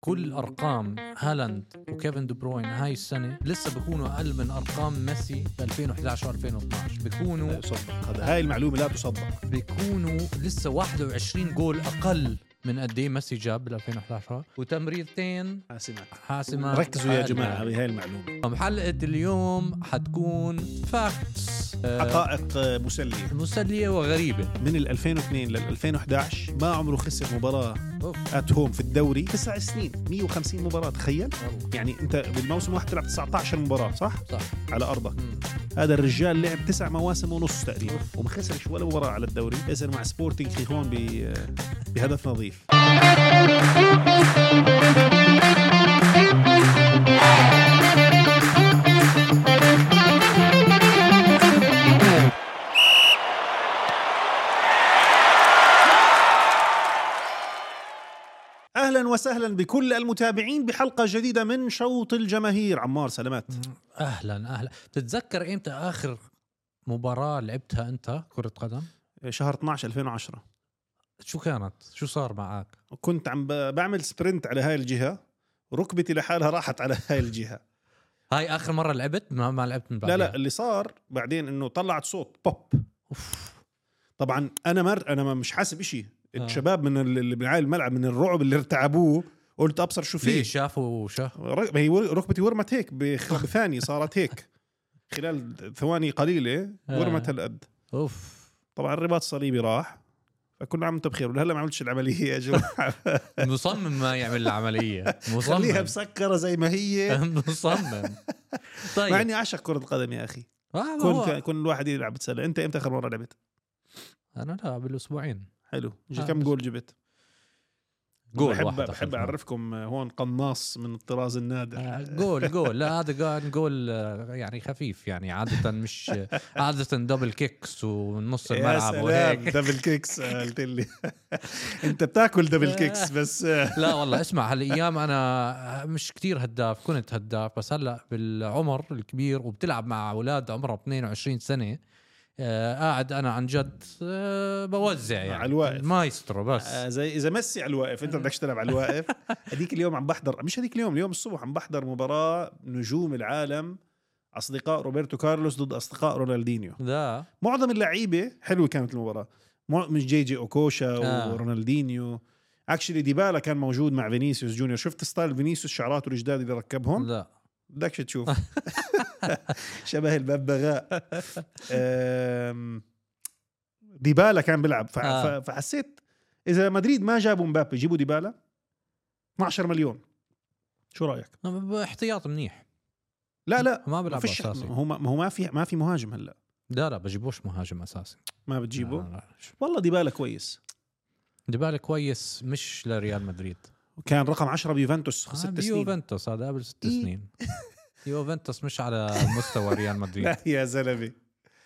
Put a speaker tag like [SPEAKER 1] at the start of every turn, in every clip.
[SPEAKER 1] كل ارقام هالاند وكيفن دي بروين هاي السنه لسه بكونوا اقل من ارقام ميسي ب 2011 و2012
[SPEAKER 2] لا
[SPEAKER 1] بكونوا
[SPEAKER 2] يصدق هذا هاي المعلومه لا تصدق
[SPEAKER 1] بكونوا لسه 21 جول اقل من قد ايه ميسي جاب بال 2011 وتمريرتين
[SPEAKER 2] حاسمات
[SPEAKER 1] حاسمه
[SPEAKER 2] ركزوا يا
[SPEAKER 1] عادلة.
[SPEAKER 2] جماعه بهاي المعلومه
[SPEAKER 1] طب حلقه اليوم حتكون فاكتس
[SPEAKER 2] حقائق آه، مسليه
[SPEAKER 1] مسليه وغريبه
[SPEAKER 2] من ال 2002 لل 2011 ما عمره خسر مباراه
[SPEAKER 1] أوف.
[SPEAKER 2] ات هوم في الدوري تسع سنين 150 مباراه تخيل
[SPEAKER 1] والله.
[SPEAKER 2] يعني انت بالموسم واحد تلعب 19 مباراه صح
[SPEAKER 1] صح
[SPEAKER 2] على ارضك
[SPEAKER 1] مم.
[SPEAKER 2] هذا الرجال لعب تسع مواسم ونص تقريبا وما خسرش ولا مباراه على الدوري خسر مع سبورتنج خيخون ب- بهدف نظيف اهلا وسهلا بكل المتابعين بحلقه جديده من شوط الجماهير عمار سلامات
[SPEAKER 1] اهلا اهلا بتتذكر امتى اخر مباراه لعبتها انت كره قدم
[SPEAKER 2] شهر 12 2010
[SPEAKER 1] شو كانت شو صار معك
[SPEAKER 2] كنت عم ب- بعمل سبرنت على هاي الجهه ركبتي لحالها راحت على هاي الجهه
[SPEAKER 1] هاي اخر مره لعبت ما, ما لعبت من
[SPEAKER 2] لا
[SPEAKER 1] بعدها
[SPEAKER 2] لا اللي صار بعدين انه طلعت صوت بوب طبعا انا مر انا ما- مش حاسب إشي
[SPEAKER 1] آه.
[SPEAKER 2] الشباب من ال- اللي بنعاية الملعب من الرعب اللي ارتعبوه قلت ابصر شو
[SPEAKER 1] ليه
[SPEAKER 2] في
[SPEAKER 1] شافوا شاف
[SPEAKER 2] ر- هي ور- ركبتي ورمت هيك بخ- بثانيه صارت هيك خلال ثواني قليله
[SPEAKER 1] آه.
[SPEAKER 2] ورمت هالقد
[SPEAKER 1] اوف
[SPEAKER 2] طبعا الرباط الصليبي راح فكل عام وانتم بخير ولهلا ما عملتش العمليه يا جماعه
[SPEAKER 1] مصمم ما يعمل العمليه مصمم
[SPEAKER 2] خليها مسكره زي ما
[SPEAKER 1] آه.
[SPEAKER 2] هي
[SPEAKER 1] مصمم طيب
[SPEAKER 2] مع اني اعشق كره القدم يا اخي
[SPEAKER 1] آه، ما هو-
[SPEAKER 2] كنت يعني كن الواحد يلعب يتسلى انت امتى اخر مره لعبت
[SPEAKER 1] انا لا بالاسبوعين
[SPEAKER 2] حلو جي
[SPEAKER 1] آه،
[SPEAKER 2] كم
[SPEAKER 1] بس-
[SPEAKER 2] جول جبت
[SPEAKER 1] جول
[SPEAKER 2] بحب
[SPEAKER 1] واحد
[SPEAKER 2] بحب
[SPEAKER 1] أخذته.
[SPEAKER 2] اعرفكم هون قناص من الطراز النادر
[SPEAKER 1] آه، جول جول لا هذا كان جول آه، يعني خفيف يعني عادة مش عادة دبل كيكس ونص
[SPEAKER 2] يا
[SPEAKER 1] الملعب
[SPEAKER 2] سلام
[SPEAKER 1] وهيك
[SPEAKER 2] دبل كيكس آه، قلت لي انت بتاكل دبل كيكس بس آه،
[SPEAKER 1] لا والله اسمع هالايام انا مش كتير هداف كنت هداف بس هلا بالعمر الكبير وبتلعب مع اولاد عمرهم 22 سنه آه قاعد انا عن جد آه بوزع يعني
[SPEAKER 2] على الواقف.
[SPEAKER 1] مايسترو بس
[SPEAKER 2] آه، زي اذا ميسي على الواقف
[SPEAKER 1] آه.
[SPEAKER 2] انت بدكش تلعب على الواقف هذيك اليوم عم بحضر مش هذيك اليوم اليوم الصبح عم بحضر مباراه نجوم العالم اصدقاء روبرتو كارلوس ضد اصدقاء رونالدينيو
[SPEAKER 1] لا
[SPEAKER 2] معظم اللعيبه حلوه كانت المباراه مع- مش جي جي اوكوشا
[SPEAKER 1] آه.
[SPEAKER 2] ورونالدينيو اكشلي ديبالا كان موجود مع فينيسيوس جونيور شفت ستايل فينيسيوس شعراته الجداد اللي ركبهم
[SPEAKER 1] لا
[SPEAKER 2] بدكش تشوف شبه الببغاء أم، ديبالا كان بيلعب فح-
[SPEAKER 1] آه.
[SPEAKER 2] ف- فحسيت اذا مدريد ما جابوا مبابي جيبوا ديبالا 12 مليون شو رايك
[SPEAKER 1] احتياط منيح
[SPEAKER 2] لا لا
[SPEAKER 1] ما
[SPEAKER 2] ما
[SPEAKER 1] بلعب
[SPEAKER 2] فيش
[SPEAKER 1] اساسي
[SPEAKER 2] هو ما هو ما في ما في مهاجم هلا
[SPEAKER 1] لا لا بجيبوش مهاجم اساسي
[SPEAKER 2] ما بتجيبه
[SPEAKER 1] لا، لا.
[SPEAKER 2] والله ديبالا كويس
[SPEAKER 1] ديبالا كويس مش لريال مدريد
[SPEAKER 2] كان رقم 10 بيوفنتوس
[SPEAKER 1] آه،
[SPEAKER 2] ست سنين
[SPEAKER 1] بيوفنتوس هذا قبل ست
[SPEAKER 2] إيه.
[SPEAKER 1] سنين يوفنتوس مش على مستوى ريال مدريد
[SPEAKER 2] لا يا زلمه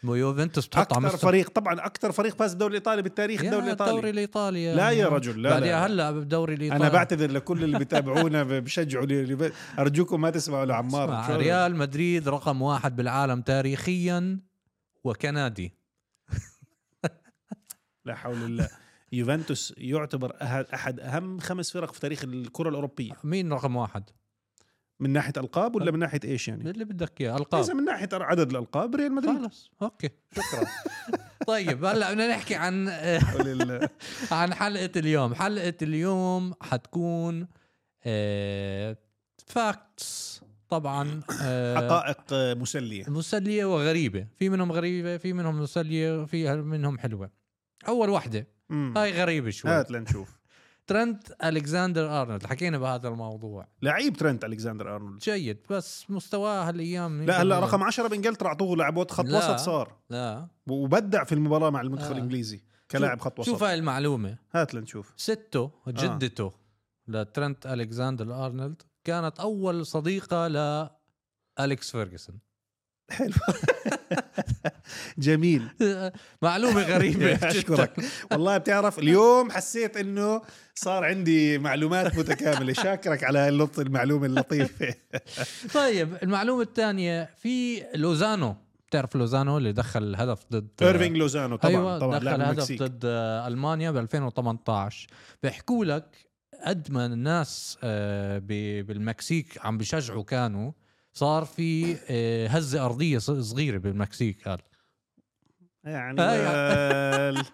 [SPEAKER 1] يوفنتوس بتحط على
[SPEAKER 2] اكثر
[SPEAKER 1] مستوى
[SPEAKER 2] فريق طبعا اكثر فريق فاز بالدوري الايطالي بالتاريخ
[SPEAKER 1] يا
[SPEAKER 2] الدوري الايطالي
[SPEAKER 1] الدوري الايطالي يا
[SPEAKER 2] لا يا
[SPEAKER 1] جماعة.
[SPEAKER 2] رجل لا,
[SPEAKER 1] بعدين
[SPEAKER 2] لا.
[SPEAKER 1] هلا بالدوري الايطالي
[SPEAKER 2] انا بعتذر لكل اللي بتابعونا بشجعوا لي- لي- ارجوكم ما تسمعوا لعمار
[SPEAKER 1] اسمع،
[SPEAKER 2] شو-
[SPEAKER 1] ريال مدريد رقم واحد بالعالم تاريخيا وكندي
[SPEAKER 2] لا حول الله يوفنتوس يعتبر أه- احد اهم خمس فرق في تاريخ الكره الاوروبيه
[SPEAKER 1] مين رقم واحد؟
[SPEAKER 2] من ناحيه القاب ولا من ناحيه ايش يعني
[SPEAKER 1] اللي بدك اياه
[SPEAKER 2] اذا
[SPEAKER 1] القاب
[SPEAKER 2] من ناحيه عدد الالقاب ريال مدريد
[SPEAKER 1] خلص اوكي شكرا طيب هلا بدنا نحكي عن
[SPEAKER 2] حول الله.
[SPEAKER 1] عن حلقة اليوم حلقة اليوم حتكون آه فاكتس طبعا آه
[SPEAKER 2] حقائق آه، مسليه
[SPEAKER 1] مسلية وغريبة في منهم غريبة في منهم مسلية وفي منهم حلوة أول واحدة
[SPEAKER 2] مم.
[SPEAKER 1] هاي غريبة شوي
[SPEAKER 2] هات لنشوف
[SPEAKER 1] ترنت ألكساندر أرنولد حكينا بهذا الموضوع
[SPEAKER 2] لعيب ترنت الكساندر ارنولد
[SPEAKER 1] جيد بس مستواه هالايام
[SPEAKER 2] لا هلا رقم 10 بانجلترا اعطوه لعبوت خط
[SPEAKER 1] لا.
[SPEAKER 2] وسط صار
[SPEAKER 1] لا
[SPEAKER 2] وبدع في المباراه مع المنتخب
[SPEAKER 1] آه.
[SPEAKER 2] الانجليزي كلاعب خط وسط آه.
[SPEAKER 1] شوف هاي المعلومه
[SPEAKER 2] هات لنشوف
[SPEAKER 1] سته جدته لترنت الكساندر ارنولد كانت اول صديقه لالكس فيرجسون
[SPEAKER 2] حلو جميل
[SPEAKER 1] معلومه غريبه
[SPEAKER 2] اشكرك والله بتعرف اليوم حسيت انه صار عندي معلومات متكامله شاكرك على اللط المعلومه اللطيفه
[SPEAKER 1] طيب المعلومه الثانيه في لوزانو بتعرف لوزانو اللي دخل الهدف ضد
[SPEAKER 2] ايرفينج لوزانو طبعا
[SPEAKER 1] ايوه
[SPEAKER 2] طبعا
[SPEAKER 1] دخل
[SPEAKER 2] لاعب
[SPEAKER 1] هدف
[SPEAKER 2] المكسيك
[SPEAKER 1] ضد آه، المانيا ب 2018 بيحكوا لك قد ما الناس آه، ب- بالمكسيك عم بشجعوا كانوا صار في آه، هزه ارضيه ص- صغيره بالمكسيك قال
[SPEAKER 2] يعني
[SPEAKER 1] هاي. أيوة.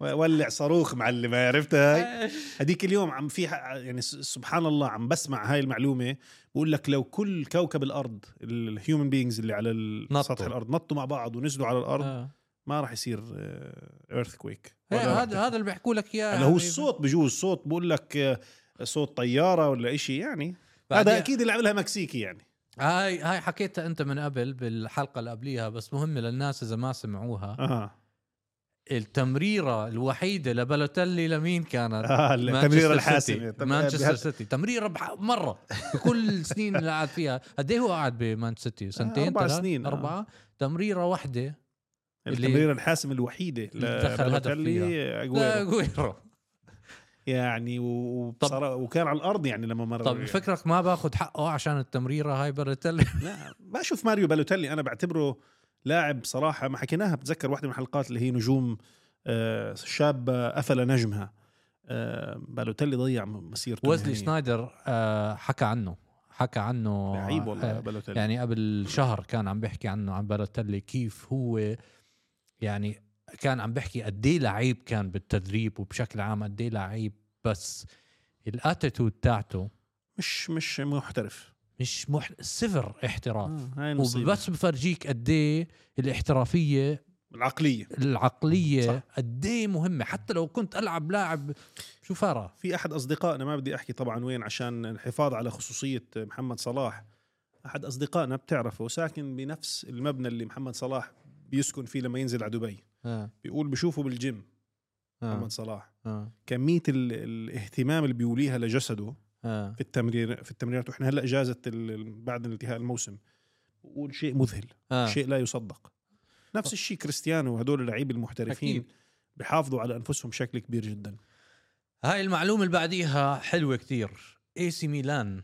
[SPEAKER 2] وال- ولع صاروخ معلم هاي، عرفت هاي
[SPEAKER 1] آه.
[SPEAKER 2] هديك اليوم عم في ح- يعني س- سبحان الله عم بسمع هاي المعلومه بقول لك لو كل كوكب الارض الهيومن بينجز اللي على ال-
[SPEAKER 1] نطوا.
[SPEAKER 2] سطح الارض نطوا مع بعض ونزلوا على الارض
[SPEAKER 1] آه.
[SPEAKER 2] ما راح يصير آه، ايرث كويك
[SPEAKER 1] هي- إيه، هذا هذا اللي بيحكوا لك اياه
[SPEAKER 2] هلا هو
[SPEAKER 1] يعني.
[SPEAKER 2] الصوت بجوز صوت بقول لك آه، صوت طياره ولا إشي يعني هذا
[SPEAKER 1] بعدين-
[SPEAKER 2] اكيد اللي عملها مكسيكي يعني
[SPEAKER 1] هاي هاي حكيتها انت من قبل بالحلقه اللي قبليها بس مهمه للناس اذا ما سمعوها
[SPEAKER 2] اها
[SPEAKER 1] التمريره الوحيده لبلوتيلي لمين كانت؟
[SPEAKER 2] آه التمريره الحاسمه
[SPEAKER 1] الحاسمه
[SPEAKER 2] تم-
[SPEAKER 1] مانشستر
[SPEAKER 2] بها-
[SPEAKER 1] سيتي تمريره بح- مره بكل السنين اللي قعد فيها قد ايه هو قعد بمانشستر سيتي سنتين
[SPEAKER 2] أربع
[SPEAKER 1] ثلاث؟
[SPEAKER 2] سنين، آه.
[SPEAKER 1] اربعه تمريره واحده اللي-
[SPEAKER 2] التمريره الحاسمه الوحيده
[SPEAKER 1] اللي دخل هدف
[SPEAKER 2] لبالوتيلي
[SPEAKER 1] لا،
[SPEAKER 2] أجويرو.
[SPEAKER 1] أجويرو.
[SPEAKER 2] يعني و... وبصرا- وكان على الارض يعني لما مر
[SPEAKER 1] طب
[SPEAKER 2] يعني.
[SPEAKER 1] فكرك ما باخذ حقه عشان التمريره هاي بلوتيلي
[SPEAKER 2] لا ما اشوف ماريو بالوتيلي انا بعتبره لاعب صراحه ما حكيناها بتذكر واحده من الحلقات اللي هي نجوم آه، شابه قفل نجمها آه، بالوتيلي ضيع مسيرته
[SPEAKER 1] ويزلي
[SPEAKER 2] المهنية.
[SPEAKER 1] شنايدر آه، حكى عنه حكى عنه
[SPEAKER 2] لعيب
[SPEAKER 1] آه،
[SPEAKER 2] والله بالوتيلي
[SPEAKER 1] يعني قبل شهر كان عم بيحكي عنه عن بالوتيلي كيف هو يعني كان عم بيحكي قد ايه لعيب كان بالتدريب وبشكل عام قد ايه لعيب بس الاتيتود تاعته
[SPEAKER 2] مش مش محترف
[SPEAKER 1] مش مح... صفر احتراف
[SPEAKER 2] آه، هاي المصيبه
[SPEAKER 1] وبس بفرجيك قد ايه الاحترافيه
[SPEAKER 2] العقليه
[SPEAKER 1] العقليه
[SPEAKER 2] صح.
[SPEAKER 1] قد ايه مهمه حتى لو كنت العب لاعب شو فرق
[SPEAKER 2] في احد اصدقائنا ما بدي احكي طبعا وين عشان الحفاظ على خصوصيه محمد صلاح احد اصدقائنا بتعرفه ساكن بنفس المبنى اللي محمد صلاح بيسكن فيه لما ينزل على دبي
[SPEAKER 1] آه.
[SPEAKER 2] بيقول بشوفه بالجيم
[SPEAKER 1] آه.
[SPEAKER 2] محمد صلاح
[SPEAKER 1] آه.
[SPEAKER 2] كميه ال- الاهتمام اللي بيوليها لجسده
[SPEAKER 1] آه.
[SPEAKER 2] في التمرير في التمريرات واحنا هلا اجازه ال- ال- بعد انتهاء الموسم بقول شيء مذهل
[SPEAKER 1] آه.
[SPEAKER 2] شيء لا يصدق نفس الشيء كريستيانو وهدول اللعيبه المحترفين
[SPEAKER 1] أكيد.
[SPEAKER 2] بحافظوا على انفسهم بشكل كبير جدا
[SPEAKER 1] هاي المعلومة اللي بعديها حلوة كتير اي سي ميلان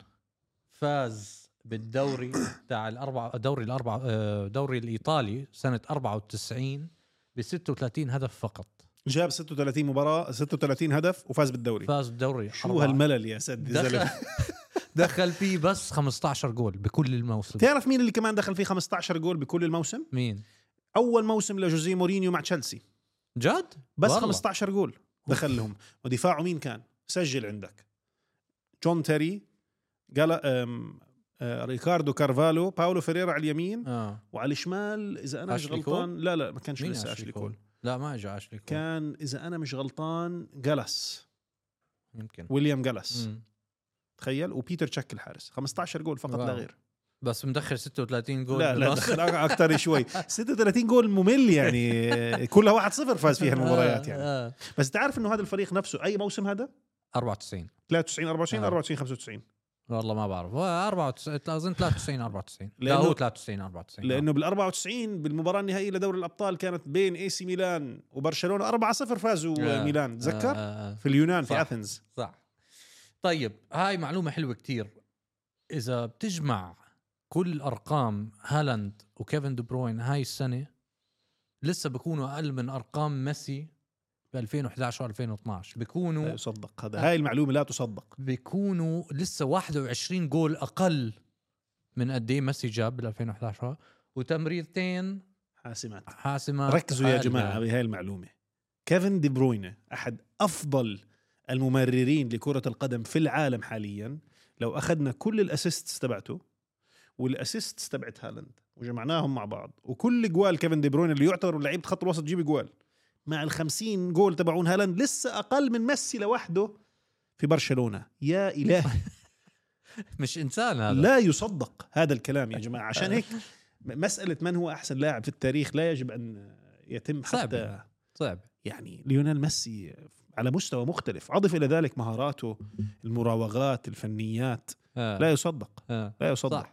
[SPEAKER 1] فاز بالدوري تاع الأربعة دوري الأربعة آه، دوري الإيطالي سنة 94 ب 36 هدف فقط
[SPEAKER 2] جاب 36 مباراه 36 هدف وفاز بالدوري
[SPEAKER 1] فاز بالدوري
[SPEAKER 2] طيب. شو
[SPEAKER 1] أربعة.
[SPEAKER 2] هالملل يا سد
[SPEAKER 1] دخل
[SPEAKER 2] زلمه
[SPEAKER 1] دخل فيه بس 15 جول بكل الموسم
[SPEAKER 2] تعرف مين اللي كمان دخل فيه 15 جول بكل الموسم
[SPEAKER 1] مين
[SPEAKER 2] اول موسم لجوزيه مورينيو مع تشيلسي
[SPEAKER 1] جد
[SPEAKER 2] بس
[SPEAKER 1] والله.
[SPEAKER 2] 15 جول دخل لهم ودفاعه مين كان سجل عندك جون تيري قال أم، آه، ريكاردو كارفالو باولو فيريرا على اليمين
[SPEAKER 1] آه.
[SPEAKER 2] وعلى الشمال اذا انا مش
[SPEAKER 1] أشلي
[SPEAKER 2] غلطان لا لا ما كانش
[SPEAKER 1] مين
[SPEAKER 2] لسه
[SPEAKER 1] أشلي
[SPEAKER 2] اشلي
[SPEAKER 1] كول
[SPEAKER 2] كول
[SPEAKER 1] لا ما اجى اشلي كول كان...
[SPEAKER 2] كان اذا انا مش غلطان جالاس
[SPEAKER 1] يمكن
[SPEAKER 2] ويليام جالاس
[SPEAKER 1] مم.
[SPEAKER 2] تخيل وبيتر تشك الحارس 15 جول فقط لا
[SPEAKER 1] واو.
[SPEAKER 2] غير
[SPEAKER 1] بس مدخل 36 جول
[SPEAKER 2] لا لا
[SPEAKER 1] بالموسم.
[SPEAKER 2] دخل اكثر شوي 36 جول ممل يعني كلها 1 0 فاز فيها المباريات
[SPEAKER 1] آه،
[SPEAKER 2] يعني
[SPEAKER 1] آه.
[SPEAKER 2] بس تعرف انه هذا الفريق نفسه اي موسم هذا
[SPEAKER 1] 94
[SPEAKER 2] 93 24
[SPEAKER 1] آه.
[SPEAKER 2] 24 95
[SPEAKER 1] والله ما بعرف هو 94 اظن 93 94 لا
[SPEAKER 2] لأنه-
[SPEAKER 1] هو 93 94
[SPEAKER 2] لانه بال 94 بالمباراه النهائيه لدوري الابطال كانت بين اي سي ميلان وبرشلونه 4 0 فازوا
[SPEAKER 1] آه.
[SPEAKER 2] ميلان
[SPEAKER 1] آه،
[SPEAKER 2] تذكر
[SPEAKER 1] آه، آه،
[SPEAKER 2] في اليونان في
[SPEAKER 1] صح.
[SPEAKER 2] اثينز
[SPEAKER 1] صح طيب هاي معلومه حلوه كتير اذا بتجمع كل ارقام هالاند وكيفن دي بروين هاي السنه لسه بكونوا اقل من ارقام ميسي ب 2011 و2012
[SPEAKER 2] لا
[SPEAKER 1] بكونوا
[SPEAKER 2] يصدق
[SPEAKER 1] آه.
[SPEAKER 2] هذا هاي المعلومه لا تصدق
[SPEAKER 1] بيكونوا لسه 21 جول اقل من قد ايه ميسي جاب بال 2011 وتمريرتين
[SPEAKER 2] حاسمات
[SPEAKER 1] حاسمه
[SPEAKER 2] ركزوا يا
[SPEAKER 1] أقل.
[SPEAKER 2] جماعه بهاي المعلومه كيفن دي بروينه احد افضل الممررين لكره القدم في العالم حاليا لو اخذنا كل الاسيستس تبعته والاسيستس تبعت هالاند وجمعناهم مع بعض وكل جوال كيفن دي بروين اللي يعتبر لعيبه خط الوسط تجيب جوال مع ال 50 جول تبعون هالاند لسه اقل من ميسي لوحده في برشلونه يا الهي
[SPEAKER 1] مش انسان هذا
[SPEAKER 2] لا يصدق هذا الكلام يا جماعه عشان هيك مساله من هو احسن لاعب في التاريخ لا يجب ان يتم حتى
[SPEAKER 1] صعب. صعب
[SPEAKER 2] يعني ليونيل ميسي على مستوى مختلف أضف إلى ذلك مهاراته المراوغات الفنيات
[SPEAKER 1] آه.
[SPEAKER 2] لا يصدق
[SPEAKER 1] آه.
[SPEAKER 2] لا يصدق
[SPEAKER 1] صح.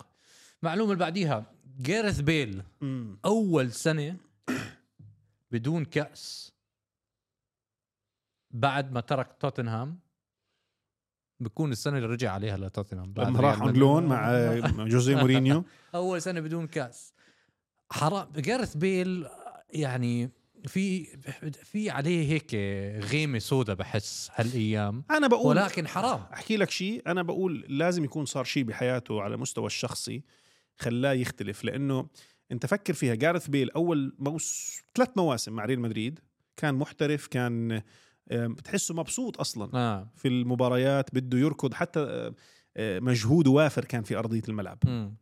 [SPEAKER 1] معلومه اللي بعديها جارث بيل
[SPEAKER 2] مم.
[SPEAKER 1] اول سنه بدون كاس بعد ما ترك توتنهام بكون السنه اللي رجع عليها لتوتنهام بعد
[SPEAKER 2] لما
[SPEAKER 1] ريال
[SPEAKER 2] راح اون
[SPEAKER 1] مدريد.
[SPEAKER 2] لون مع مع جوزيه مورينيو
[SPEAKER 1] اول سنه بدون كاس حرام جارث بيل يعني في في عليه هيك غيمه سودة بحس هالايام
[SPEAKER 2] انا بقول
[SPEAKER 1] ولكن حرام
[SPEAKER 2] احكي لك شيء انا بقول لازم يكون صار شيء بحياته على مستوى الشخصي خلاه يختلف لانه انت فكر فيها جارث بيل اول موس ثلاث مواسم مع ريال مدريد كان محترف كان آم، بتحسه مبسوط اصلا
[SPEAKER 1] اه
[SPEAKER 2] في المباريات بده يركض حتى آه، آه، مجهود وافر كان في ارضيه الملعب
[SPEAKER 1] أمم.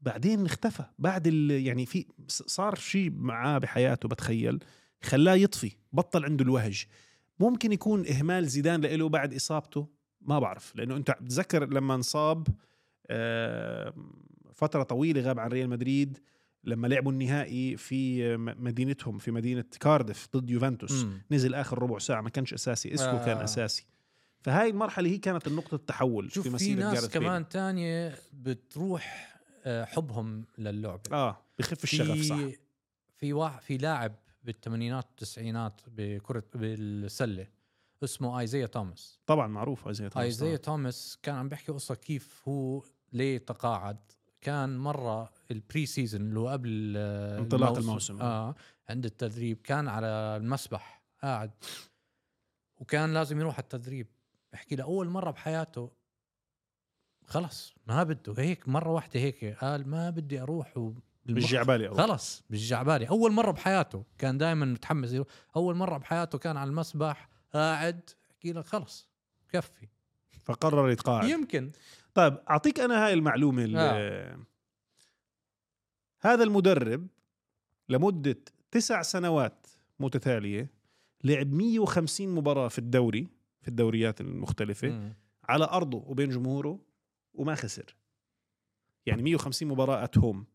[SPEAKER 2] بعدين اختفى بعد ال يعني في ص- صار شيء معاه بحياته بتخيل خلاه يطفي بطل عنده الوهج ممكن يكون اهمال زيدان له بعد اصابته ما بعرف لانه انت بتذكر لما انصاب آه، فتره طويله غاب عن ريال مدريد لما لعبوا النهائي في آه، م- مدينتهم في مدينه كاردف ضد يوفنتوس
[SPEAKER 1] أمم.
[SPEAKER 2] نزل اخر ربع ساعه ما كانش اساسي اسكو
[SPEAKER 1] آه.
[SPEAKER 2] كان اساسي فهاي المرحله هي كانت النقطه التحول في
[SPEAKER 1] شوف في
[SPEAKER 2] مسيره
[SPEAKER 1] ناس
[SPEAKER 2] جارث بيل.
[SPEAKER 1] كمان تانية بتروح آه، حبهم للعبه
[SPEAKER 2] اه بخف الشغف صح
[SPEAKER 1] في في واحد في لاعب بالثمانينات والتسعينات بكره بالسله اسمه ايزيا توماس
[SPEAKER 2] طبعا معروف ايزايا توماس
[SPEAKER 1] ايزايا
[SPEAKER 2] ايزايا
[SPEAKER 1] توماس كان عم بيحكي قصه كيف هو ليه تقاعد كان مره البري سيزون اللي هو قبل آه،
[SPEAKER 2] انطلاق الموسم.
[SPEAKER 1] اه عند التدريب كان على المسبح قاعد وكان لازم يروح على التدريب بحكي لاول مره بحياته خلص ما بده هيك مره واحده هيك قال ما بدي اروح و
[SPEAKER 2] رجع بالي اول
[SPEAKER 1] خلص بالجعبالي اول مره بحياته كان دائما متحمس يروح. اول مره بحياته كان على المسبح قاعد احكي لك خلص كفي
[SPEAKER 2] فقرر يتقاعد
[SPEAKER 1] يمكن
[SPEAKER 2] طيب اعطيك انا هاي المعلومه ال-
[SPEAKER 1] آه.
[SPEAKER 2] هذا المدرب لمده تسع سنوات متتاليه لعب 150 مباراه في الدوري في الدوريات المختلفه
[SPEAKER 1] مم.
[SPEAKER 2] على ارضه وبين جمهوره وما خسر يعني 150 مباراه ات هوم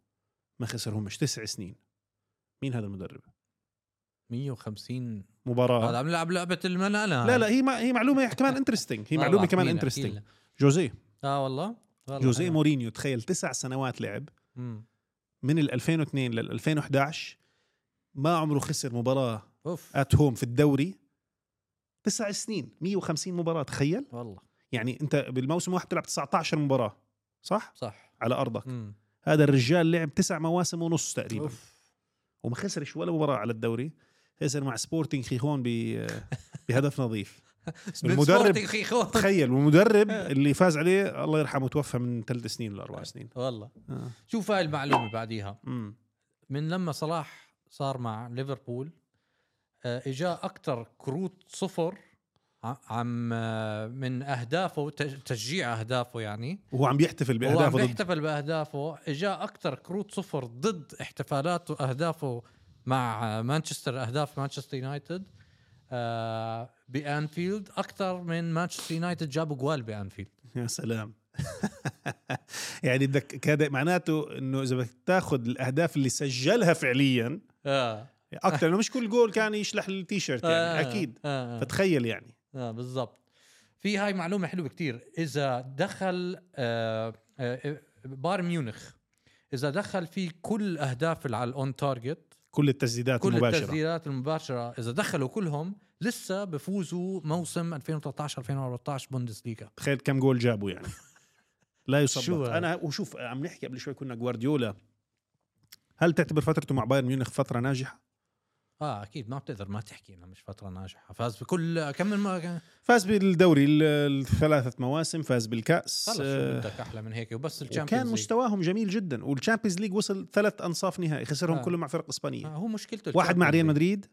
[SPEAKER 2] ما خسرهمش تسع سنين مين هذا المدرب
[SPEAKER 1] 150
[SPEAKER 2] مباراه
[SPEAKER 1] هذا عم لعب لعبه المنانه
[SPEAKER 2] آه. لا لا هي ما هي معلومه كمان انترستنج هي معلومه كمان انترستنج جوزيه
[SPEAKER 1] اه والله والله
[SPEAKER 2] جوزيه
[SPEAKER 1] حلو.
[SPEAKER 2] مورينيو تخيل تسع سنوات لعب
[SPEAKER 1] مم.
[SPEAKER 2] من ال 2002 لل 2011 ما عمره خسر مباراه
[SPEAKER 1] اوف
[SPEAKER 2] ات هوم في الدوري تسع سنين 150 مباراه تخيل
[SPEAKER 1] والله
[SPEAKER 2] يعني انت بالموسم واحد بتلعب 19 مباراه صح
[SPEAKER 1] صح
[SPEAKER 2] على ارضك
[SPEAKER 1] مم.
[SPEAKER 2] هذا الرجال لعب تسع مواسم ونص تقريبا
[SPEAKER 1] أوف.
[SPEAKER 2] وما خسرش ولا مباراه على الدوري خسر مع سبورتنج خيخون ب- بهدف نظيف المدرب-
[SPEAKER 1] سبورتينج خيخون.
[SPEAKER 2] تخيل والمدرب اللي فاز عليه الله يرحمه توفى من ثلاث سنين ولا اربع سنين
[SPEAKER 1] والله
[SPEAKER 2] آه.
[SPEAKER 1] شوف هاي المعلومه بعديها
[SPEAKER 2] مم.
[SPEAKER 1] من لما صلاح صار مع ليفربول آه، اجا اكثر كروت صفر ع- عم آه، من اهدافه تج- تشجيع اهدافه يعني
[SPEAKER 2] وهو عم بيحتفل
[SPEAKER 1] هو عم
[SPEAKER 2] باهدافه ضد
[SPEAKER 1] بيحتفل باهدافه اجا اكثر كروت صفر ضد احتفالاته اهدافه مع آه، مانشستر اهداف مانشستر يونايتد آه، بانفيلد اكثر من مانشستر يونايتد جابوا جوال بانفيلد
[SPEAKER 2] يا سلام يعني بدك هذا معناته انه اذا بدك تاخذ الاهداف اللي سجلها فعليا
[SPEAKER 1] اه
[SPEAKER 2] اكثر لانه مش كل جول كان يشلح التيشيرت يعني
[SPEAKER 1] آه،
[SPEAKER 2] اكيد
[SPEAKER 1] آه، آه.
[SPEAKER 2] فتخيل يعني
[SPEAKER 1] اه بالضبط في هاي معلومه حلوه كتير اذا دخل آه آه بايرن ميونخ اذا دخل في كل اهداف اللي على الاون تارجت
[SPEAKER 2] كل التسديدات
[SPEAKER 1] كل
[SPEAKER 2] المباشره
[SPEAKER 1] التسديدات المباشره اذا دخلوا كلهم لسه بفوزوا موسم 2013 2014 بوندسليغا
[SPEAKER 2] تخيل كم جول جابوا يعني لا
[SPEAKER 1] شو
[SPEAKER 2] يصدق
[SPEAKER 1] هذا؟
[SPEAKER 2] انا وشوف عم نحكي قبل شوي كنا جوارديولا هل تعتبر فترته مع بايرن ميونخ فتره ناجحه
[SPEAKER 1] اه اكيد ما بتقدر ما تحكي انها مش فتره ناجحه فاز بكل كم ما
[SPEAKER 2] فاز بالدوري ال- الثلاثة مواسم فاز بالكاس
[SPEAKER 1] خلص شو
[SPEAKER 2] آه،
[SPEAKER 1] بدك احلى من هيك وبس
[SPEAKER 2] وكان
[SPEAKER 1] الشامبيونز
[SPEAKER 2] مستواهم جميل جدا والشامبيونز ليج وصل ثلاث انصاف نهائي خسرهم
[SPEAKER 1] آه.
[SPEAKER 2] كلهم مع فرق اسبانيه
[SPEAKER 1] هو مشكلته
[SPEAKER 2] واحد مع
[SPEAKER 1] Champions
[SPEAKER 2] ريال
[SPEAKER 1] League.
[SPEAKER 2] مدريد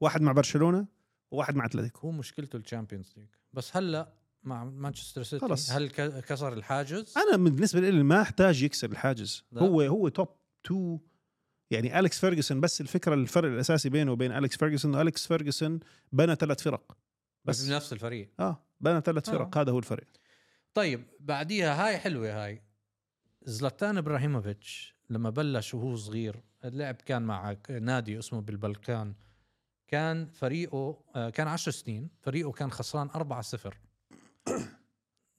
[SPEAKER 2] واحد مع برشلونه وواحد مع اتلتيكو
[SPEAKER 1] هو مشكلته الشامبيونز ليج بس هلا مع مانشستر سيتي
[SPEAKER 2] خلص. أه،
[SPEAKER 1] هل ك- كسر الحاجز؟
[SPEAKER 2] انا من- بالنسبه لي ما احتاج يكسر الحاجز
[SPEAKER 1] لا.
[SPEAKER 2] هو هو توب تو يعني اليكس فيرجسون بس الفكره الفرق الاساسي بينه وبين اليكس فيرجسون انه اليكس فيرجسون بنى ثلاث فرق
[SPEAKER 1] بس
[SPEAKER 2] بس
[SPEAKER 1] بنفس الفريق
[SPEAKER 2] اه بنى ثلاث
[SPEAKER 1] آه.
[SPEAKER 2] فرق هذا هو الفرق
[SPEAKER 1] طيب بعديها هاي حلوه هاي زلاتان ابراهيموفيتش لما بلش وهو صغير اللعب كان مع نادي اسمه بالبلكان كان فريقه آه، كان 10 سنين فريقه كان خسران 4-0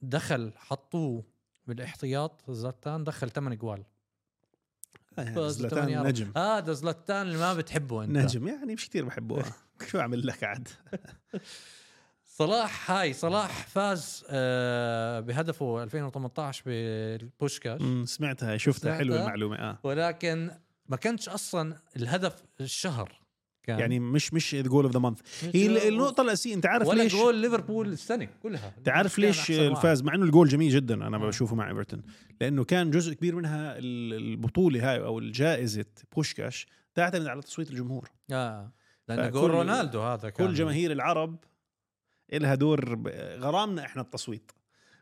[SPEAKER 1] دخل حطوه بالاحتياط زلاتان دخل 8 جوال
[SPEAKER 2] آه، يعني
[SPEAKER 1] فاز
[SPEAKER 2] زلاتان
[SPEAKER 1] 8-4.
[SPEAKER 2] نجم
[SPEAKER 1] هذا زلاتان اللي ما بتحبه انت
[SPEAKER 2] نجم يعني مش كثير بحبه آه. شو اعمل لك عاد
[SPEAKER 1] صلاح هاي صلاح فاز آه، بهدفه 2018 بالبوشكاش
[SPEAKER 2] أمم، سمعتها شفتها آه. حلوه
[SPEAKER 1] سمعتها؟
[SPEAKER 2] المعلومه اه
[SPEAKER 1] ولكن ما كانش اصلا الهدف الشهر كان
[SPEAKER 2] يعني مش مش جول اوف ذا مانث هي ال- النقطه الاساسيه انت عارف
[SPEAKER 1] ولا
[SPEAKER 2] ليش
[SPEAKER 1] جول ليفربول السنه كلها
[SPEAKER 2] انت عارف
[SPEAKER 1] كان
[SPEAKER 2] ليش
[SPEAKER 1] أحسن واحد.
[SPEAKER 2] الفاز مع انه الجول جميل جدا انا
[SPEAKER 1] آه.
[SPEAKER 2] بشوفه مع ايفرتون لانه كان جزء كبير منها ال- البطوله هاي او الجائزه بوشكاش تعتمد على تصويت الجمهور
[SPEAKER 1] اه لانه
[SPEAKER 2] فكل-
[SPEAKER 1] جول رونالدو هذا كان
[SPEAKER 2] كل جماهير العرب إلها دور ب- غرامنا احنا بالتصويت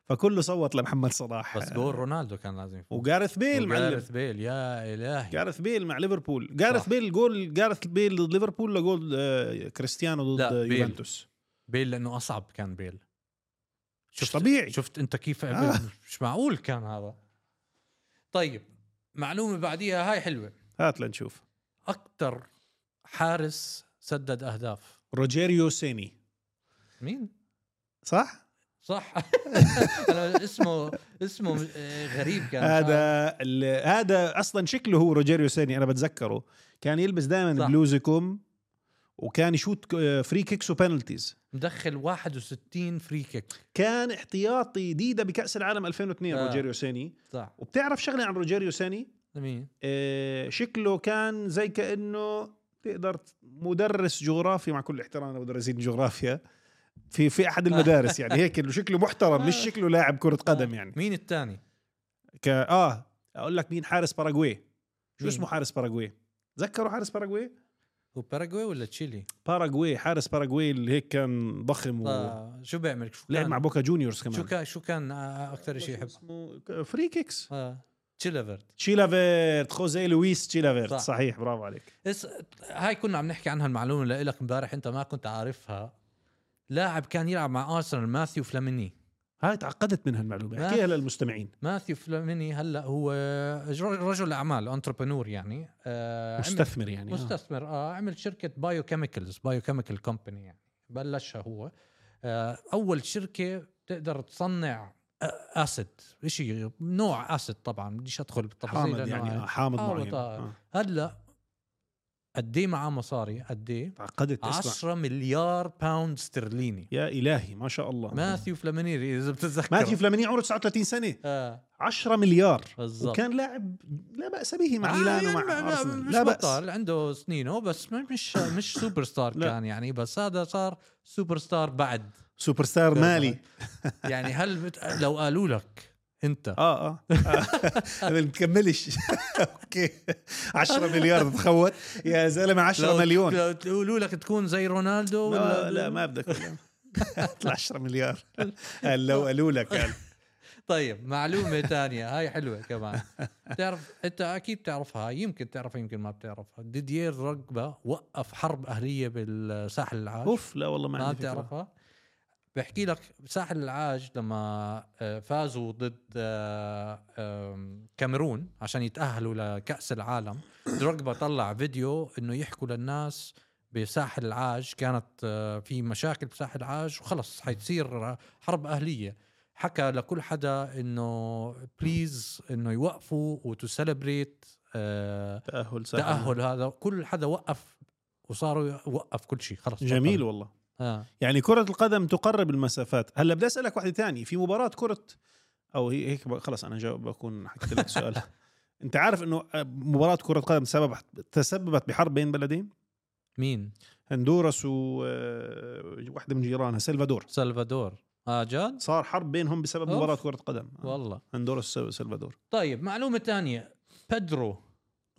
[SPEAKER 2] فكله صوت لمحمد صلاح
[SPEAKER 1] بس جول رونالدو كان لازم يفوز
[SPEAKER 2] وجارث بيل معلم
[SPEAKER 1] وجارث بيل يا الهي
[SPEAKER 2] جارث بيل مع ليفربول جارث
[SPEAKER 1] صح.
[SPEAKER 2] بيل جول جارث بيل ضد ليفربول لجول آه، كريستيانو ضد
[SPEAKER 1] لا،
[SPEAKER 2] آه،
[SPEAKER 1] بيل.
[SPEAKER 2] يوفنتوس
[SPEAKER 1] بيل لانه اصعب كان بيل
[SPEAKER 2] مش طبيعي
[SPEAKER 1] شفت انت كيف
[SPEAKER 2] آه.
[SPEAKER 1] مش معقول كان هذا طيب معلومه بعديها هاي حلوه
[SPEAKER 2] هات لنشوف
[SPEAKER 1] اكثر حارس سدد اهداف
[SPEAKER 2] روجيريو سيني
[SPEAKER 1] مين
[SPEAKER 2] صح؟
[SPEAKER 1] صح انا اسمه اسمه آه، غريب كان
[SPEAKER 2] هذا ال- هذا اصلا شكله هو روجيريو سيني انا بتذكره كان يلبس دائما
[SPEAKER 1] صح.
[SPEAKER 2] بلوزه كم وكان يشوت فري كيكس وبنالتيز
[SPEAKER 1] مدخل 61 فري كيك
[SPEAKER 2] كان احتياطي ديدا بكاس العالم 2002
[SPEAKER 1] آه.
[SPEAKER 2] روجيريو سيني
[SPEAKER 1] صح
[SPEAKER 2] وبتعرف شغله عن روجيريو سيني
[SPEAKER 1] مين
[SPEAKER 2] آه، شكله كان زي كانه تقدر مدرس جغرافيا مع كل احترامنا مدرسين جغرافيا في في احد المدارس يعني هيك شكله محترم مش شكله لاعب كره قدم يعني
[SPEAKER 1] مين الثاني
[SPEAKER 2] ك... اه اقول لك مين حارس باراغواي شو
[SPEAKER 1] مين؟
[SPEAKER 2] اسمه حارس باراغواي تذكروا حارس باراغواي
[SPEAKER 1] هو باراغواي ولا تشيلي
[SPEAKER 2] باراغواي حارس باراغواي اللي هيك كان ضخم و...
[SPEAKER 1] آه، شو بيعمل شو
[SPEAKER 2] لعب
[SPEAKER 1] كان
[SPEAKER 2] مع بوكا جونيورز كمان
[SPEAKER 1] شو كان شو كان اكثر شيء يحب
[SPEAKER 2] اسمه فري كيكس
[SPEAKER 1] آه، تشيلفرت
[SPEAKER 2] تشيلافيرت خوزي لويس تشيلافيرت
[SPEAKER 1] صح.
[SPEAKER 2] صحيح برافو عليك
[SPEAKER 1] اس هاي كنا عم نحكي عنها المعلومه لإلك امبارح انت ما كنت عارفها لاعب كان يلعب مع ارسنال ماثيو فلاميني
[SPEAKER 2] هاي تعقدت من هالمعلومه
[SPEAKER 1] ما-
[SPEAKER 2] احكيها للمستمعين
[SPEAKER 1] ماثيو فلاميني هلا هو رجل رجل اعمال انتربرنور يعني آه، عمل-
[SPEAKER 2] مستثمر يعني آه.
[SPEAKER 1] مستثمر اه عمل شركه بايو كيميكلز بايو كيميكال كومباني يعني بلشها هو آه اول شركه بتقدر تصنع اسيد شيء نوع اسيد طبعا بديش ادخل بالتفاصيل
[SPEAKER 2] حامض
[SPEAKER 1] لأنه
[SPEAKER 2] يعني آه،
[SPEAKER 1] هاي-
[SPEAKER 2] حامض
[SPEAKER 1] حامض،
[SPEAKER 2] معين
[SPEAKER 1] آه.
[SPEAKER 2] آه.
[SPEAKER 1] هلا قد ايه معاه مصاري قد ايه
[SPEAKER 2] تعقدت اسمع
[SPEAKER 1] 10 مليار باوند استرليني
[SPEAKER 2] يا الهي ما شاء الله
[SPEAKER 1] ماثيو فلامينيري اذا بتتذكر
[SPEAKER 2] ماثيو فلاميني عمره 39 سنه
[SPEAKER 1] آه
[SPEAKER 2] 10 مليار
[SPEAKER 1] بالضبط
[SPEAKER 2] وكان لاعب إيه، لا باس به مع ميلان
[SPEAKER 1] يعني
[SPEAKER 2] ومع
[SPEAKER 1] ما- ما-
[SPEAKER 2] ارسنال
[SPEAKER 1] مش
[SPEAKER 2] لا باس
[SPEAKER 1] بطل عنده سنينه بس ما- مش مش سوبر ستار
[SPEAKER 2] لا.
[SPEAKER 1] كان يعني بس هذا صار سوبر ستار بعد
[SPEAKER 2] سوبر ستار مالي
[SPEAKER 1] يعني هل بت... لو قالوا لك انت
[SPEAKER 2] اه اه انا بكملش اوكي 10 مليار تتخوت يا زلمه 10
[SPEAKER 1] لو-
[SPEAKER 2] مليون
[SPEAKER 1] لو يقولوا لك تكون زي رونالدو ولا
[SPEAKER 2] لا لا ما بدك اطلع 10 مليار قال لو قالوا لك قال
[SPEAKER 1] طيب معلومه ثانيه هاي حلوه كمان بتعرف انت اكيد بتعرفها هاي، يمكن تعرفها يمكن ما بتعرفها ديديير رقبه وقف حرب اهليه بالساحل العاج
[SPEAKER 2] اوف لا والله ما
[SPEAKER 1] ما
[SPEAKER 2] عندي فكره
[SPEAKER 1] بتعرفها بحكي لك ساحل العاج لما آه، فازوا ضد آه، آم، كاميرون عشان يتاهلوا لكاس العالم درogba طلع فيديو انه يحكوا للناس بساحل العاج كانت آه، في مشاكل بساحل العاج وخلص حتصير حرب اهليه حكى لكل حدا انه بليز انه يوقفوا وتسلبريت
[SPEAKER 2] تاهل سهل.
[SPEAKER 1] تاهل هذا كل حدا وقف وصاروا وقف كل شيء خلص
[SPEAKER 2] جميل والله
[SPEAKER 1] آه.
[SPEAKER 2] يعني كرة القدم تقرب المسافات هلا بدي اسالك واحدة ثانية في مباراة كرة او هي- هيك ب- خلص انا جاوب بكون حكيت لك سؤال انت عارف انه مباراة كرة قدم سبب تسببت بحرب بين بلدين
[SPEAKER 1] مين؟
[SPEAKER 2] هندوراس وواحدة من جيرانها سلفادور
[SPEAKER 1] سلفادور اه جد؟
[SPEAKER 2] صار حرب بينهم بسبب
[SPEAKER 1] أوف.
[SPEAKER 2] مباراة كرة قدم
[SPEAKER 1] والله
[SPEAKER 2] هندوراس وسلفادور
[SPEAKER 1] طيب معلومه تانية بيدرو
[SPEAKER 2] اي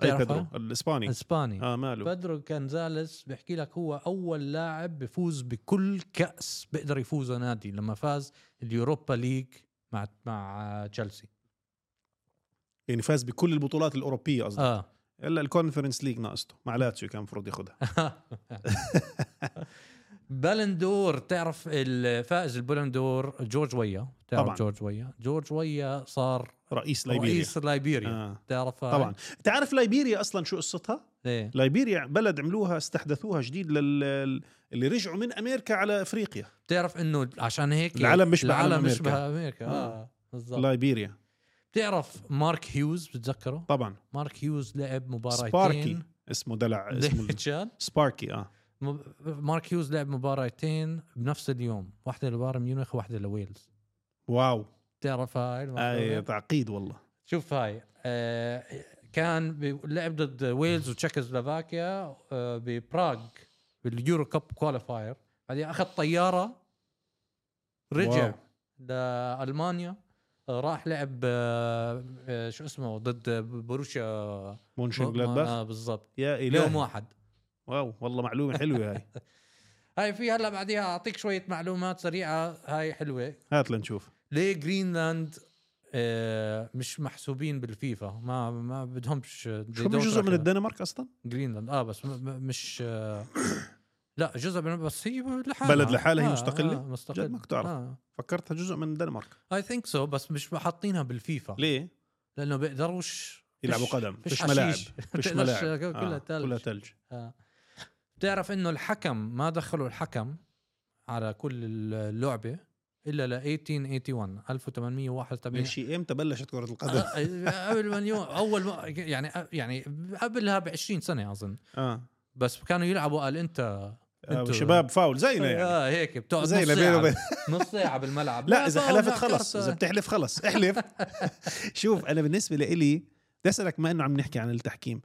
[SPEAKER 1] بتعرفها؟
[SPEAKER 2] بيدرو الاسباني
[SPEAKER 1] اسباني
[SPEAKER 2] اه ماله
[SPEAKER 1] بيدرو كانزاليس بيحكي لك هو اول لاعب بفوز بكل كاس بيقدر يفوزه نادي لما فاز اليوروبا ليج مع مع تشيلسي
[SPEAKER 2] يعني فاز بكل البطولات الاوروبية قصدي
[SPEAKER 1] اه
[SPEAKER 2] الا الكونفرنس ليج ناقصته مع لاتسيو كان المفروض ياخذها
[SPEAKER 1] بالندور تعرف الفائز البلندور جورج ويا تعرف
[SPEAKER 2] طبعاً.
[SPEAKER 1] جورج ويا جورج ويا صار
[SPEAKER 2] رئيس ليبيريا
[SPEAKER 1] رئيس ليبيريا طيب.
[SPEAKER 2] آه.
[SPEAKER 1] تعرفها
[SPEAKER 2] طبعا تعرف ليبيريا اصلا شو قصتها؟
[SPEAKER 1] ايه
[SPEAKER 2] ليبيريا بلد عملوها استحدثوها جديد لل اللي رجعوا من امريكا على افريقيا
[SPEAKER 1] بتعرف انه عشان هيك
[SPEAKER 2] العالم بيشبه عالم
[SPEAKER 1] العالم
[SPEAKER 2] أمريكا.
[SPEAKER 1] يشبه امريكا اه
[SPEAKER 2] آه.
[SPEAKER 1] بالضبط
[SPEAKER 2] ليبيريا
[SPEAKER 1] بتعرف مارك هيوز بتتذكره
[SPEAKER 2] طبعا
[SPEAKER 1] مارك هيوز لعب
[SPEAKER 2] سباركي
[SPEAKER 1] مباراتين
[SPEAKER 2] اسمه دلع اسمه ال-
[SPEAKER 1] دجال
[SPEAKER 2] سباركي اه
[SPEAKER 1] مب- مارك هيوز لعب مباراتين بنفس اليوم واحده لبايرن ميونخ واحده لويلز
[SPEAKER 2] واو أيوة،
[SPEAKER 1] بتعرف هاي المعلومة؟
[SPEAKER 2] آه تعقيد والله
[SPEAKER 1] شوف هاي آه كان ب- لعب ضد ويلز وتشيكوسلوفاكيا آه، ببراغ باليورو كاب كواليفاير بعدين اخذ طياره رجع
[SPEAKER 2] واو.
[SPEAKER 1] لالمانيا آه، راح لعب آه، آه، شو اسمه ضد بروشيا
[SPEAKER 2] مونشن جلادباخ
[SPEAKER 1] آه، بالضبط
[SPEAKER 2] يا
[SPEAKER 1] يوم
[SPEAKER 2] الهي
[SPEAKER 1] واحد
[SPEAKER 2] واو والله معلومه حلوه هاي
[SPEAKER 1] هاي في هلا بعديها اعطيك شويه معلومات سريعه هاي حلوه
[SPEAKER 2] هات لنشوف
[SPEAKER 1] ليه جرينلاند آه، مش محسوبين بالفيفا ما ما بدهمش
[SPEAKER 2] شو من جزء من الدنمارك اصلا
[SPEAKER 1] جرينلاند اه بس م- م- مش آه، لا جزء من بس هي لحالها
[SPEAKER 2] بلد لحالها هي مستقلة؟
[SPEAKER 1] آه مستقلة
[SPEAKER 2] جد ما كنت أعرف.
[SPEAKER 1] آه.
[SPEAKER 2] فكرتها جزء من الدنمارك
[SPEAKER 1] اي ثينك سو بس مش حاطينها بالفيفا
[SPEAKER 2] ليه
[SPEAKER 1] لانه بيقدروش
[SPEAKER 2] يلعبوا
[SPEAKER 1] آه. فيش-
[SPEAKER 2] قدم فيش
[SPEAKER 1] حشيش.
[SPEAKER 2] ملاعب فيش
[SPEAKER 1] بتقدرش-
[SPEAKER 2] ملاعب
[SPEAKER 1] كلها
[SPEAKER 2] آه،
[SPEAKER 1] تلج.
[SPEAKER 2] كلها ثلج
[SPEAKER 1] آه. بتعرف انه الحكم ما دخلوا الحكم على كل اللعبه الا ل 1881 1881
[SPEAKER 2] من شيء امتى بلشت كره القدم
[SPEAKER 1] آه، قبل مليون اول ما يعني يعني قبلها ب 20 سنه اظن
[SPEAKER 2] اه
[SPEAKER 1] بس كانوا يلعبوا قال انت
[SPEAKER 2] آه،
[SPEAKER 1] انتوا-
[SPEAKER 2] شباب فاول زينا يعني
[SPEAKER 1] اه هيك بتقعد نص
[SPEAKER 2] زينا بينه
[SPEAKER 1] ساعه
[SPEAKER 2] وبين
[SPEAKER 1] نص ساعه بالملعب
[SPEAKER 2] لا اذا
[SPEAKER 1] فاول،
[SPEAKER 2] حلفت
[SPEAKER 1] لا
[SPEAKER 2] خلص
[SPEAKER 1] كارت.
[SPEAKER 2] اذا بتحلف خلص احلف شوف انا بالنسبه لإلي بدي اسالك ما انه عم نحكي عن التحكيم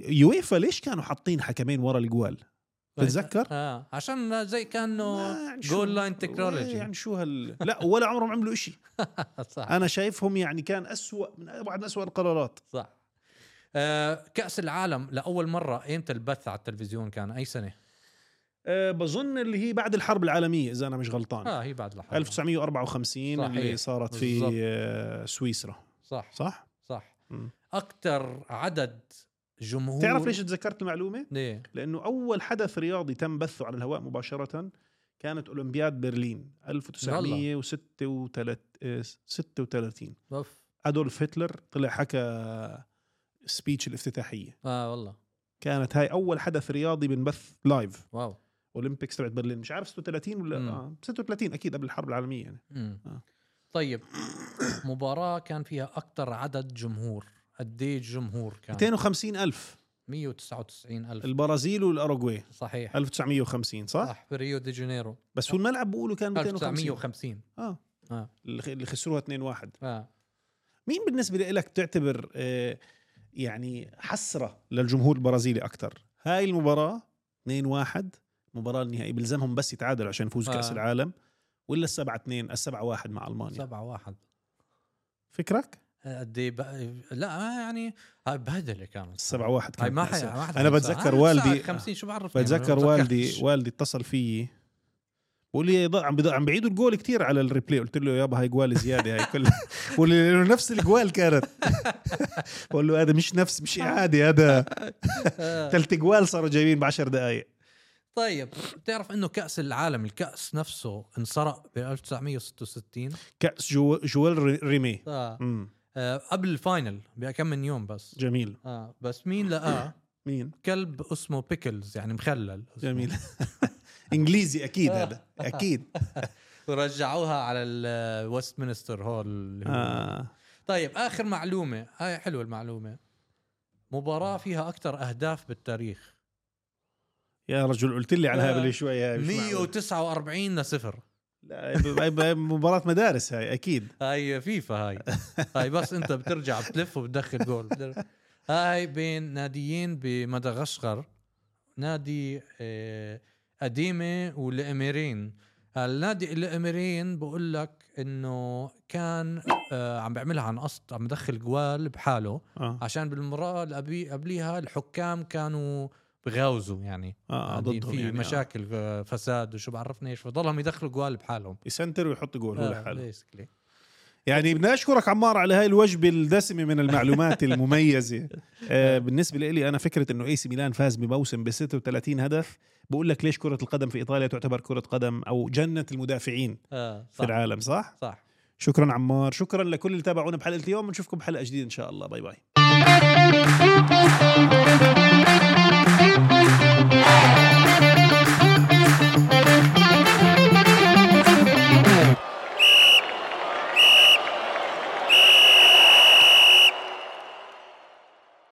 [SPEAKER 2] يويفا ليش كانوا حاطين حكمين ورا الجوال بتتذكر
[SPEAKER 1] اه عشان زي كانه
[SPEAKER 2] ما يعني شو-
[SPEAKER 1] جول لاين تكنولوجي
[SPEAKER 2] يعني شو هال لا ولا عمرهم عملوا إشي
[SPEAKER 1] صح
[SPEAKER 2] انا شايفهم يعني كان أسوأ من واحد من أسوأ القرارات
[SPEAKER 1] صح آه كاس العالم لاول مره ايمتى البث على التلفزيون كان اي سنه
[SPEAKER 2] أه بظن اللي هي بعد الحرب العالميه اذا انا مش غلطان
[SPEAKER 1] اه هي بعد الحرب
[SPEAKER 2] 1954
[SPEAKER 1] صحيح.
[SPEAKER 2] اللي صارت
[SPEAKER 1] بالضبط.
[SPEAKER 2] في آه، سويسرا
[SPEAKER 1] صح
[SPEAKER 2] صح
[SPEAKER 1] صح
[SPEAKER 2] مم.
[SPEAKER 1] اكثر عدد جمهور إيه.
[SPEAKER 2] تعرف ليش تذكرت المعلومه
[SPEAKER 1] ليه
[SPEAKER 2] لانه اول حدث رياضي تم بثه على الهواء مباشره كانت اولمبياد برلين آه، 1936
[SPEAKER 1] اوف
[SPEAKER 2] ادولف هتلر طلع حكى سبيتش الافتتاحيه
[SPEAKER 1] اه والله
[SPEAKER 2] كانت هاي اول حدث رياضي بنبث لايف
[SPEAKER 1] واو
[SPEAKER 2] اولمبيكس تبعت برلين مش عارف 36 ولا
[SPEAKER 1] مم.
[SPEAKER 2] آه 36 اكيد قبل الحرب العالميه يعني
[SPEAKER 1] مم.
[SPEAKER 2] آه.
[SPEAKER 1] طيب مباراة كان فيها أكثر عدد جمهور قد ايه الجمهور كان
[SPEAKER 2] 250 الف
[SPEAKER 1] 199 ألف
[SPEAKER 2] البرازيل والاوروغواي
[SPEAKER 1] صحيح
[SPEAKER 2] 1950 صح؟, صح
[SPEAKER 1] صح بريو دي جانيرو
[SPEAKER 2] بس هو الملعب بيقولوا كان 250
[SPEAKER 1] 1950
[SPEAKER 2] اه
[SPEAKER 1] آه.
[SPEAKER 2] اللي خسروها 2 1
[SPEAKER 1] اه
[SPEAKER 2] مين بالنسبة لك تعتبر آه، يعني حسرة للجمهور البرازيلي أكثر هاي المباراة 2-1 مباراة النهائية بلزمهم بس يتعادلوا عشان يفوز
[SPEAKER 1] آه.
[SPEAKER 2] كأس العالم ولا السبعة 2 السبعة واحد مع ألمانيا
[SPEAKER 1] 7 1
[SPEAKER 2] فكرك؟
[SPEAKER 1] قد ايه بقى- لا آه، يعني هاي بهدله كانت
[SPEAKER 2] السبعة واحد
[SPEAKER 1] هاي
[SPEAKER 2] كان
[SPEAKER 1] ما حي...
[SPEAKER 2] مأساة.
[SPEAKER 1] ما حد
[SPEAKER 2] أنا
[SPEAKER 1] حينساها.
[SPEAKER 2] بتذكر
[SPEAKER 1] آه،
[SPEAKER 2] والدي-
[SPEAKER 1] ساعة 50 شو بعرفني
[SPEAKER 2] بتذكر
[SPEAKER 1] يعني أنا ما
[SPEAKER 2] والدي
[SPEAKER 1] بتذكرش.
[SPEAKER 2] والدي اتصل فيي بقول لي ض- عم بض- عم بعيدوا الجول كتير على الريبلاي قلت له يابا هاي جوال زياده هاي كلها بقول لي لانه نفس الجوال كانت بقول له هذا مش نفس مش اعاده هذا
[SPEAKER 1] آه.
[SPEAKER 2] ثلاث جوال صاروا جايبين بعشر دقائق
[SPEAKER 1] طيب بتعرف انه كاس العالم الكاس نفسه انسرق ب 1966
[SPEAKER 2] كاس جو جوال ري- ريمي
[SPEAKER 1] آه.
[SPEAKER 2] امم
[SPEAKER 1] آه، قبل الفاينل بكم من يوم بس
[SPEAKER 2] جميل
[SPEAKER 1] اه بس مين لقاه
[SPEAKER 2] مين
[SPEAKER 1] كلب اسمه بيكلز يعني مخلل اسمه.
[SPEAKER 2] جميل انجليزي اكيد هذا اكيد
[SPEAKER 1] ورجعوها على الويست مينستر هول اللي هو.
[SPEAKER 2] آه.
[SPEAKER 1] طيب اخر معلومه هاي حلوه المعلومه مباراه فيها اكثر اهداف بالتاريخ
[SPEAKER 2] يا رجل قلت لي عن هاي
[SPEAKER 1] آه.
[SPEAKER 2] قبل شوي هاي مش معقول.
[SPEAKER 1] 149 لصفر
[SPEAKER 2] لا هاي ب- هاي مباراه مدارس هاي اكيد
[SPEAKER 1] هاي فيفا هاي هاي بس انت بترجع بتلف وبتدخل جول بتر- هاي بين ناديين بمدغشقر نادي آه، قديمه والاميرين النادي الاميرين بقول لك انه كان آه، عم بيعملها عن قصد عم بدخل جوال بحاله
[SPEAKER 2] اه
[SPEAKER 1] عشان بالمراه اللي قبي- قبليها الحكام كانوا بغاوزوا يعني
[SPEAKER 2] اه
[SPEAKER 1] قاعدين
[SPEAKER 2] ضدهم
[SPEAKER 1] في
[SPEAKER 2] يعني آه.
[SPEAKER 1] مشاكل آه، فساد وشو بعرفني ايش فضلهم يدخلوا جوال بحالهم
[SPEAKER 2] يسنتر ويحط جول
[SPEAKER 1] آه،
[SPEAKER 2] هو لحاله
[SPEAKER 1] basically.
[SPEAKER 2] يعني بدنا اشكرك عمار على هاي الوجبه الدسمه من المعلومات المميزه آه، بالنسبه لي انا فكره انه اي سي ميلان فاز بموسم ب 36 هدف بقول لك ليش كره القدم في ايطاليا تعتبر كره قدم او جنه المدافعين
[SPEAKER 1] اه
[SPEAKER 2] في
[SPEAKER 1] صح
[SPEAKER 2] العالم صح
[SPEAKER 1] صح
[SPEAKER 2] شكرا عمار شكرا لكل اللي تابعونا بحلقه اليوم بنشوفكم بحلقه جديده ان شاء الله باي باي